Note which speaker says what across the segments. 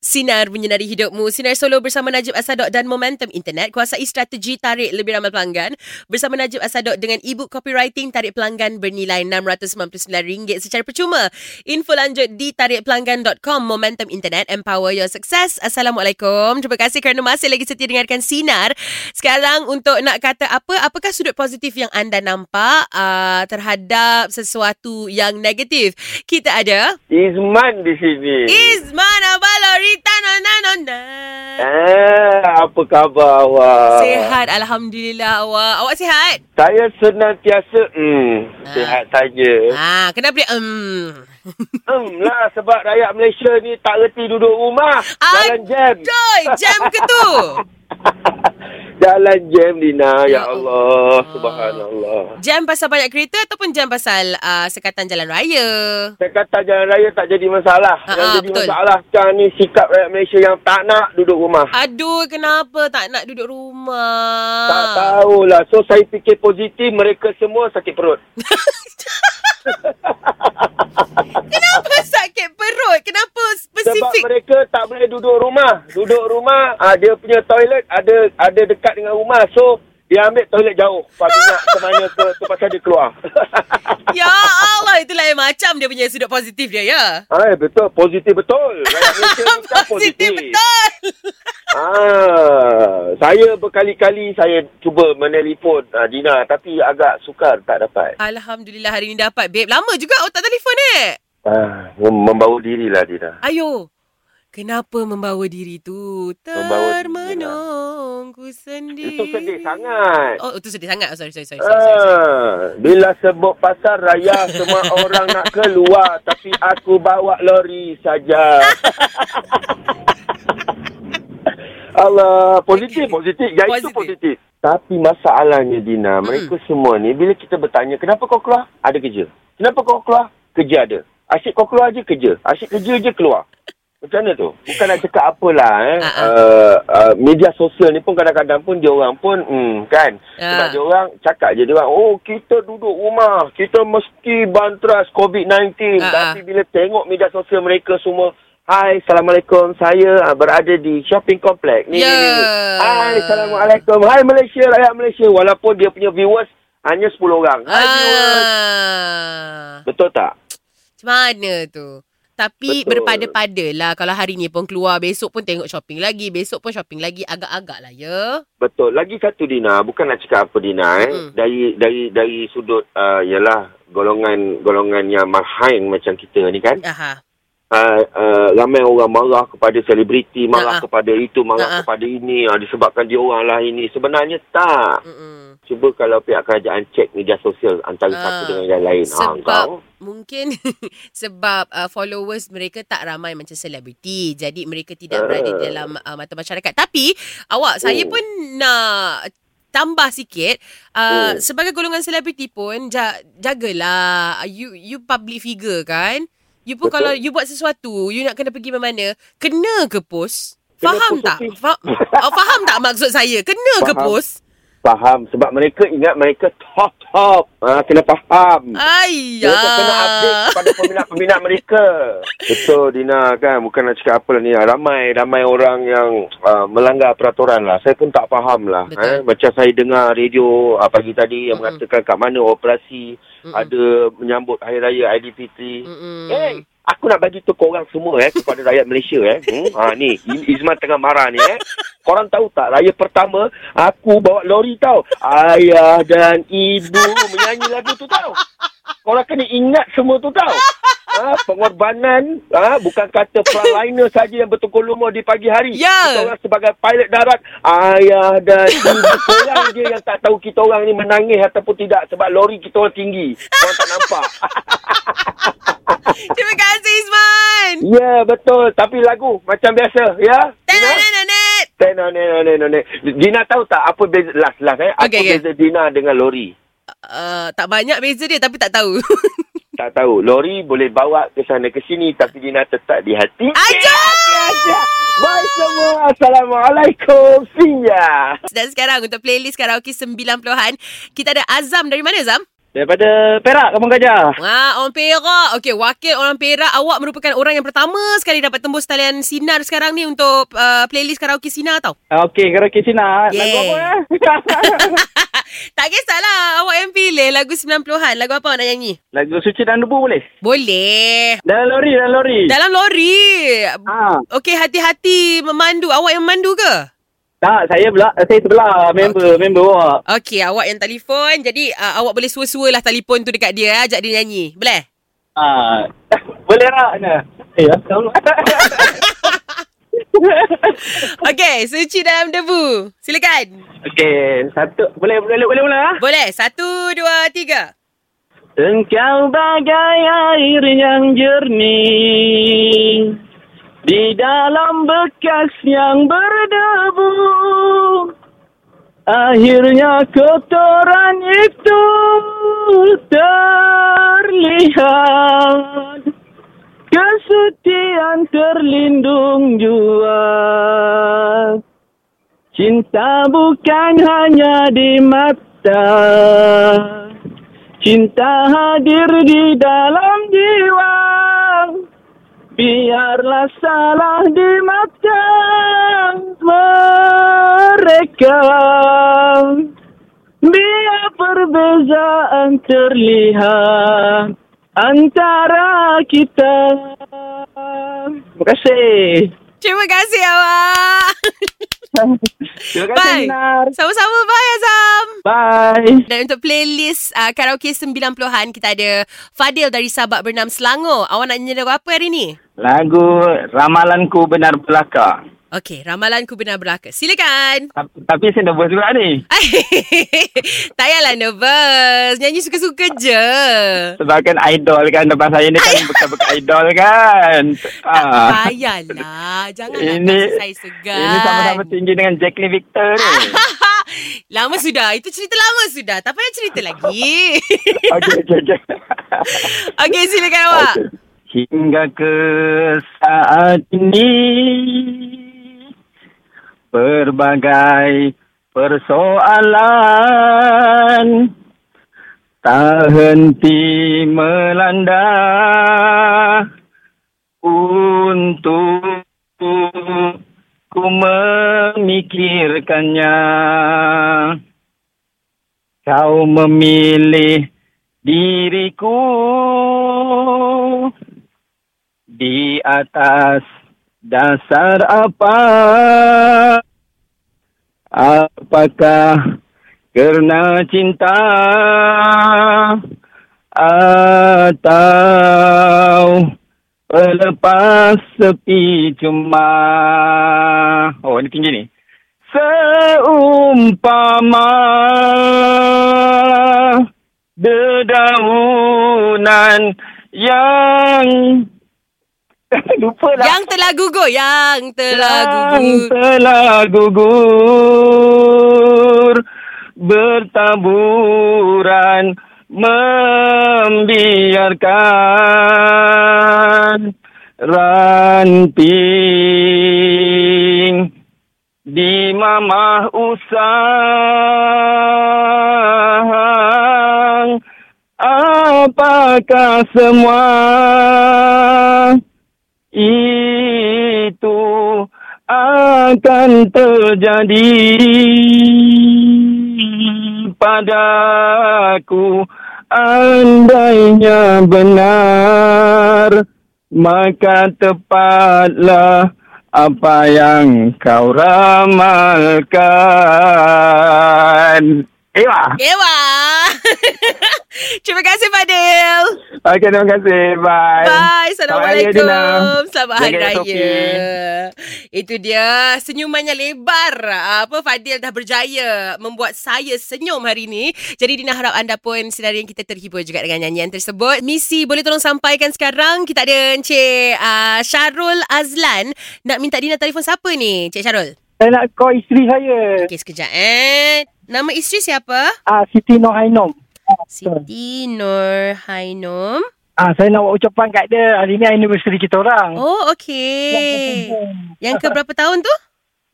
Speaker 1: Sinar menyinari hidupmu. Sinar Solo bersama Najib Asadok dan Momentum Internet kuasai strategi tarik lebih ramai pelanggan bersama Najib Asadok dengan e-book copywriting tarik pelanggan bernilai RM699 secara percuma. Info lanjut di tarikpelanggan.com Momentum Internet Empower Your Success. Assalamualaikum. Terima kasih kerana masih lagi setia dengarkan Sinar. Sekarang untuk nak kata apa, apakah sudut positif yang anda nampak uh, terhadap sesuatu yang negatif? Kita ada
Speaker 2: Izman di sini.
Speaker 1: Izman Abalorita na na na na.
Speaker 2: Ah, apa khabar awak?
Speaker 1: Sehat Alhamdulillah awak. Awak sihat?
Speaker 2: Saya senantiasa hmm,
Speaker 1: Ah.
Speaker 2: sehat saja.
Speaker 1: Ah, kenapa dia um.
Speaker 2: Hmm lah sebab rakyat Malaysia ni tak reti duduk rumah. Jalan jam.
Speaker 1: Joy, jam ke tu?
Speaker 2: Jalan jam Dina.
Speaker 1: Ya
Speaker 2: Ya Allah.
Speaker 1: Allah.
Speaker 2: Subhanallah.
Speaker 1: Jam pasal banyak kereta ataupun jam pasal uh, sekatan jalan raya?
Speaker 2: Saya kata jalan raya tak jadi masalah.
Speaker 1: Ah,
Speaker 2: yang
Speaker 1: ah,
Speaker 2: jadi
Speaker 1: betul.
Speaker 2: masalah sekarang ni sikap rakyat Malaysia yang tak nak duduk rumah.
Speaker 1: Aduh, kenapa tak nak duduk rumah?
Speaker 2: Tak tahulah. So saya fikir positif mereka semua sakit perut.
Speaker 1: Kenapa sakit perut? Kenapa
Speaker 2: Sebab
Speaker 1: spesifik?
Speaker 2: mereka tak boleh duduk rumah. Duduk rumah, ah, dia punya toilet ada ada dekat dengan rumah. So, dia ambil toilet jauh. Faham nak ke mana ke tu pasal dia keluar.
Speaker 1: Ya Allah, itu lain macam dia punya sudut positif dia, ya?
Speaker 2: Hai, betul. Positif betul. Rakyat Malaysia ni kan
Speaker 1: positif betul.
Speaker 2: Ah, saya berkali-kali saya cuba menelpon ah, Dina tapi agak sukar tak dapat.
Speaker 1: Alhamdulillah hari ni dapat, babe. Lama juga awak tak telefon, eh?
Speaker 2: Ah, mem- membawa dirilah Dina.
Speaker 1: Ayo. Kenapa membawa diri tu
Speaker 2: Membawa diri, lah.
Speaker 1: termenungku sendiri?
Speaker 2: Itu sedih sangat.
Speaker 1: Oh, itu sedih sangat. Oh, sorry, sorry, sorry. sorry, sorry.
Speaker 2: Ah, bila sebut pasar raya semua orang nak keluar tapi aku bawa lori saja. Allah, positif, positif. Ya itu
Speaker 1: Positif. Hmm.
Speaker 2: positif. Tapi masalahnya Dina, mereka semua ni bila kita bertanya, kenapa kau keluar? Ada kerja. Kenapa kau keluar? Kerja ada. Asyik kau keluar je kerja. Asyik kerja je keluar. Macam mana tu? Bukan nak cakap apalah eh.
Speaker 1: Ah, ah.
Speaker 2: Uh, uh, media sosial ni pun kadang-kadang pun dia orang pun hmm, kan. Sebab
Speaker 1: Ah.
Speaker 2: dia orang cakap je dia orang, oh kita duduk rumah. Kita mesti bantras COVID-19.
Speaker 1: Ah,
Speaker 2: Tapi
Speaker 1: ah.
Speaker 2: bila tengok media sosial mereka semua, Hai, Assalamualaikum. Saya ah, berada di shopping complex. Ni,
Speaker 1: Ya.
Speaker 2: ni, ni, ni. Hai, Assalamualaikum. Hai Malaysia, rakyat Malaysia. Walaupun dia punya viewers hanya 10 orang.
Speaker 1: Ha.
Speaker 2: Hai viewers.
Speaker 1: Ah.
Speaker 2: Betul tak?
Speaker 1: Macam mana tu? Tapi
Speaker 2: Betul.
Speaker 1: berpada-pada lah. Kalau hari ni pun keluar, besok pun tengok shopping lagi. Besok pun shopping lagi. Agak-agak lah, ya?
Speaker 2: Betul. Lagi satu Dina, bukan nak cakap apa Dina eh.
Speaker 1: Mm.
Speaker 2: Dari dari dari sudut uh, ialah golongan golongan yang marhain macam kita ni kan.
Speaker 1: Aha.
Speaker 2: Uh, uh, ramai orang marah kepada selebriti,
Speaker 1: Ah,
Speaker 2: marah
Speaker 1: ah.
Speaker 2: kepada itu, marah
Speaker 1: Ah, ah.
Speaker 2: kepada ini, ah, disebabkan dia orang lah ini. Sebenarnya tak.
Speaker 1: Mm-mm.
Speaker 2: Cuba kalau pihak kerajaan cek media sosial antara
Speaker 1: Ah.
Speaker 2: satu dengan yang lain. Ah,
Speaker 1: Sebab
Speaker 2: kau-
Speaker 1: mungkin sebab uh, followers mereka tak ramai macam selebriti. Jadi mereka tidak berada di
Speaker 2: Ah.
Speaker 1: dalam uh, mata masyarakat. Tapi awak saya
Speaker 2: Oh.
Speaker 1: pun nak tambah sikit uh,
Speaker 2: Oh.
Speaker 1: sebagai golongan selebriti pun ja, jagalah uh, you you public figure kan. You pun
Speaker 2: Betul.
Speaker 1: kalau you buat sesuatu, you nak kena pergi mana-mana, kena ke post?
Speaker 2: Kena
Speaker 1: Faham
Speaker 2: post
Speaker 1: tak?
Speaker 2: selfie.
Speaker 1: Fa- oh, faham tak maksud saya? Kena ke
Speaker 2: Faham.
Speaker 1: post?
Speaker 2: Faham. Sebab mereka ingat mereka top-top. Ha, kena faham.
Speaker 1: Ayah.
Speaker 2: Mereka kena update kepada peminat-peminat mereka. Betul, Dina. kan Bukan nak cakap apa lah ni. Ramai, ramai orang yang uh, melanggar peraturan lah. Saya pun tak faham lah.
Speaker 1: Betul.
Speaker 2: Eh. Macam saya dengar radio uh, pagi tadi yang
Speaker 1: Mm-mm.
Speaker 2: mengatakan kat mana operasi
Speaker 1: Mm-mm.
Speaker 2: ada menyambut Hari Raya Aidilfitri.
Speaker 1: Mm-mm.
Speaker 2: Hey, Eh, aku nak bagi tu ke orang semua eh kepada rakyat Malaysia eh. Hmm? Ha ni I- Izman tengah marah ni eh. Korang tahu tak raya pertama aku bawa lori tau. Ayah dan ibu menyanyi lagu tu tau. Korang kena ingat semua tu tau. Ha, pengorbanan ha, bukan kata frontliner saja yang bertukar lumur di pagi hari.
Speaker 1: Ya.
Speaker 2: Kita orang sebagai pilot darat, ayah dan ibu korang je yang tak tahu kita orang ni menangis ataupun tidak sebab lori kita orang tinggi. Korang tak nampak.
Speaker 1: Terima kasih Isman.
Speaker 2: Ya, betul. Tapi lagu macam biasa, ya? Dina?
Speaker 1: Tananet.
Speaker 2: Ten on it, on it, on it. Dina tahu tak apa beza, last, last eh. Apa
Speaker 1: Okay, okay.
Speaker 2: beza Dina dengan lori?
Speaker 1: Uh, tak banyak beza dia tapi tak tahu.
Speaker 2: Tak tahu. Lori boleh bawa ke sana ke sini, tapi Dina tetap di hati.
Speaker 1: Aja.
Speaker 2: Aja. Bye semua. Assalamualaikum. See ya.
Speaker 1: Dan sekarang untuk playlist karaoke 90-an, kita ada Azam dari mana Azam?
Speaker 2: Daripada Perak, Kampung Gajah.
Speaker 1: Wah, orang Perak. Okey, wakil orang Perak. Awak merupakan orang yang pertama sekali dapat tembus talian Sinar sekarang ni untuk uh, playlist karaoke Sinar tau.
Speaker 2: Ah, Okey, karaoke Cina.
Speaker 1: Yeah.
Speaker 2: Lagu apa eh?
Speaker 1: tak kisahlah. Awak yang pilih lagu 90-an. Lagu apa awak nak nyanyi?
Speaker 2: Lagu Suci dan Debu boleh?
Speaker 1: Boleh.
Speaker 2: Dalam lori, dalam lori.
Speaker 1: Dalam lori.
Speaker 2: Ah,
Speaker 1: Okey, hati-hati memandu. Awak yang memandu ke?
Speaker 2: tak, saya belak, saya sebelah member, okay. member awak.
Speaker 1: Okey, awak yang telefon. Jadi, uh, awak boleh sua-sua lah telefon tu dekat dia. eh. Ajak dia nyanyi. Boleh?
Speaker 2: Ah, boleh tak? Nah. Ya, tahu.
Speaker 1: Okey, suci dalam debu. Silakan.
Speaker 2: Okey, satu. Boleh, boleh, boleh, boleh. ah?
Speaker 1: Boleh. Satu, dua, tiga.
Speaker 2: Engkau bagai air yang jernih Di dalam bekas yang berdebu Akhirnya kotoran itu terlihat Kesucian terlindung jua Cinta bukan hanya di mata Cinta hadir di dalam jiwa Biarlah salah di mata mereka Biar perbezaan terlihat antara kita Terima kasih
Speaker 1: Terima kasih awak.
Speaker 2: Terima
Speaker 1: Bye.
Speaker 2: Nar
Speaker 1: Sama-sama. Bye, Azam.
Speaker 2: Bye
Speaker 1: Dan untuk playlist uh, karaoke 90-an, kita ada Fadil dari Sabak Bernam Selangor. Awak nak nyanyi lagu apa hari ni?
Speaker 2: Lagu Ramalanku Benar Belaka
Speaker 1: Okey, ramalanku benar berlaku. Silakan.
Speaker 2: Tapi saya nervous juga ni
Speaker 1: tak payahlah nervous. Nyanyi suka-suka je.
Speaker 2: Sebab kan idol kan Depan saya ni kan Bekas-bekas idol kan ah.
Speaker 1: Payahlah. Janganlah kasih
Speaker 2: Ini
Speaker 1: saya segan. Ah.
Speaker 2: Ini sama-sama tinggi dengan Jacqueline Victor ni
Speaker 1: lama sudah. Itu cerita lama sudah. Tak payah cerita lagi.
Speaker 2: Okey okey okey
Speaker 1: Okey, silakan awak.
Speaker 2: Okey. Hingga ke saat ini Berbagai persoalan Tak henti melanda Untuk ku memikirkannya Kau memilih diriku Di atas dasar apa Apakah kerana cinta atau Pelepas sepi cuma Oh ni tinggi ni Seumpama Dedaunan yang Lupa lah
Speaker 1: Yang telah gugur. Yang telah
Speaker 2: yang
Speaker 1: gugur.
Speaker 2: telah gugur bertaburan membiarkan ranting di mamah usang apakah semua itu akan terjadi padaku andainya benar maka tepatlah apa yang kau ramalkan Ewa.
Speaker 1: Ewa. Terima kasih, Fadil.
Speaker 2: Okey, terima kasih. Bye.
Speaker 1: Bye. Assalamualaikum. Selamat
Speaker 2: Jaga
Speaker 1: Hari Raya.
Speaker 2: SOP.
Speaker 1: Itu dia senyumannya lebar. Apa Fadil dah berjaya membuat saya senyum hari ini. Jadi Dina harap anda pun sedari yang kita terhibur juga dengan nyanyian tersebut. Misi boleh tolong sampaikan sekarang. Kita ada Encik uh, Syarul Azlan. Nak minta Dina telefon siapa ni Encik Syarul?
Speaker 2: Saya nak call isteri saya.
Speaker 1: Okey sekejap eh. Nama isteri siapa?
Speaker 2: Ah, Siti Noh Ainom.
Speaker 1: Siti Nur Hainom.
Speaker 2: Ah, saya nak buat ucapan kat dia. Ah, Hari ni anniversary kita orang.
Speaker 1: Oh, okey. Yang ke berapa tahun tu?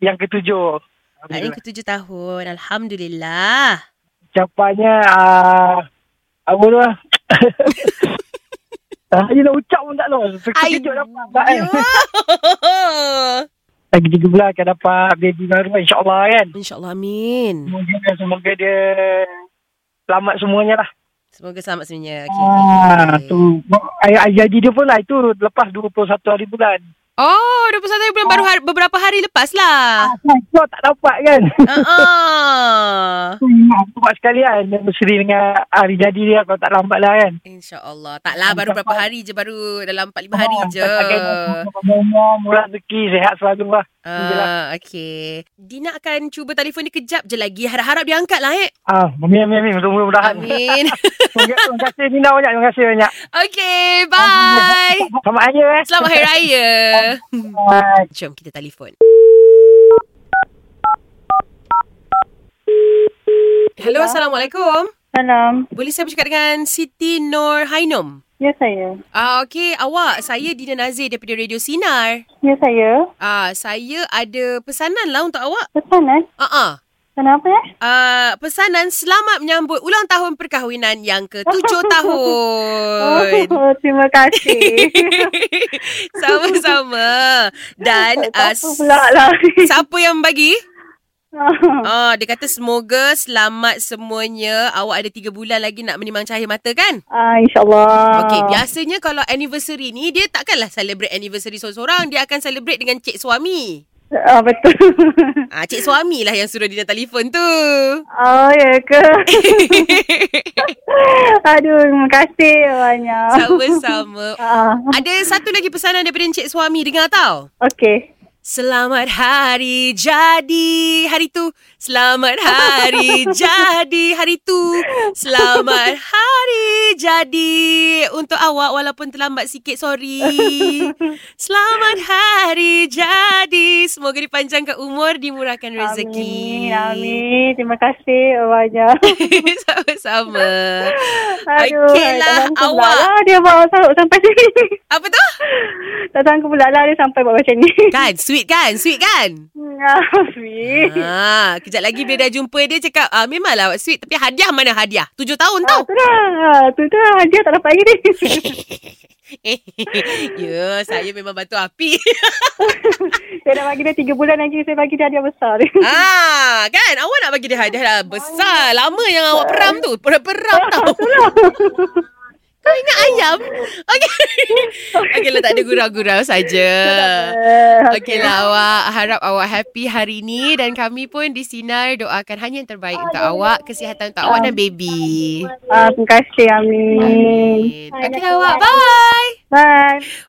Speaker 2: Yang ketujuh. Ah,
Speaker 1: Hari ke tujuh tahun. Alhamdulillah.
Speaker 2: Ucapannya ah, Apa tu lah. Ah, you nak ucap pun tak tahu. Sekejap dapat. tak kan? Lagi tiga bulan akan dapat baby baru insyaAllah kan.
Speaker 1: InsyaAllah amin.
Speaker 2: Semoga, semoga dia selamat semuanya lah.
Speaker 1: Semoga selamat sebenarnya. Okay,
Speaker 2: Ah,
Speaker 1: okay.
Speaker 2: tu. Ay- ay- Jadi dia pun lah itu lepas 21 hari bulan.
Speaker 1: Oh, 21 hari bulan baru hari, beberapa hari lepas lah.
Speaker 2: Ah, Kau tak dapat kan?
Speaker 1: Uh-uh.
Speaker 2: Aku buat sekalian anniversary dengan ah, hari jadi dia kalau tak lambat lah kan.
Speaker 1: InsyaAllah. Taklah baru berapa hari je baru dalam 4-5 hari
Speaker 2: Ah,
Speaker 1: je.
Speaker 2: pakai nombor, Umur, murah rezeki, sehat selalu lah.
Speaker 1: Ah, okay. Dina akan cuba telefon dia kejap je lagi. Harap-harap dia angkat lah eh.
Speaker 2: Ah, amin, amin, amin. Mudah-mudahan.
Speaker 1: Amin.
Speaker 2: terima kasih Nina banyak. Terima kasih banyak.
Speaker 1: okay, bye.
Speaker 2: Selamat Hari Raya eh.
Speaker 1: Selamat Hari Raya.
Speaker 2: Bye.
Speaker 1: Jom kita telefon. Hello, Assalamualaikum.
Speaker 3: Salam.
Speaker 1: Boleh saya bercakap dengan Siti Nur Hainom?
Speaker 3: Ya saya.
Speaker 1: Ah, okey, awak. Saya Dina Nazir daripada Radio Sinar.
Speaker 3: Ya saya.
Speaker 1: Ah, saya ada pesanan lah untuk awak.
Speaker 3: Pesan eh?
Speaker 1: Ah, ah.
Speaker 3: Kenapa eh?
Speaker 1: Ah, pesanan selamat menyambut ulang tahun perkahwinan yang ke-7 tahun.
Speaker 3: Oh, terima kasih.
Speaker 1: Sama-sama. Dan
Speaker 3: Tak
Speaker 1: ah,
Speaker 3: apa pula lah.
Speaker 1: siapa yang bagi? Ah, dia kata semoga selamat semuanya. Awak ada tiga bulan lagi nak menimang cahaya mata kan?
Speaker 3: ah, InsyaAllah.
Speaker 1: Okey, biasanya kalau anniversary ni dia takkanlah celebrate anniversary seorang-seorang, dia akan celebrate dengan cik suami.
Speaker 3: Ah, betul.
Speaker 1: Ah, cik suami lah yang suruh dia telefon tu.
Speaker 3: oh, ya ke? Aduh, terima kasih banyak.
Speaker 1: Sama-sama.
Speaker 3: Ah,
Speaker 1: Ada satu lagi pesanan daripada cik suami dengar tau.
Speaker 3: Okey.
Speaker 1: Selamat hari jadi hari tu. Selamat hari jadi hari tu. Selamat hari jadi untuk awak walaupun terlambat sikit sorry. Selamat hari jadi. Semoga dipanjangkan umur, dimurahkan rezeki.
Speaker 3: Amin, amin. Terima kasih banyak.
Speaker 1: Sama-sama.
Speaker 3: Aduh,
Speaker 1: Okey lah,
Speaker 3: tak sangka pula
Speaker 1: awak.
Speaker 3: Lah, dia bawa saruk sampai sini.
Speaker 1: Apa tu?
Speaker 3: tak sangka pula lah dia sampai buat macam ni.
Speaker 1: Kan, sweet kan? Sweet kan?
Speaker 3: Ya, sweet.
Speaker 1: Ah, kejap lagi bila dah jumpa dia cakap, ah, memanglah awak sweet. Tapi hadiah mana hadiah? Tujuh tahun
Speaker 3: Ah,
Speaker 1: tau.
Speaker 3: tu dah. Ah, Tu dah. Dia tak dapat lagi ni.
Speaker 1: ya, saya memang batu api.
Speaker 3: saya nak bagi dia tiga bulan lagi. Saya bagi dia hadiah besar.
Speaker 1: ah, kan? Awak nak bagi dia hadiah lah. Besar. Lama yang awak peram tu. Peram-peram tau. Kau ingat ayam? Okey. Okey lah, tak ada gurau-gurau saja. Okey lah awak Harap awak happy hari ni Dan kami pun di Sinar Doakan hanya yang terbaik untuk awak Kesihatan untuk awak dan baby
Speaker 3: Ah, terima kasih. Amin.
Speaker 1: Amin. Okey lah awak Bye
Speaker 3: Bye.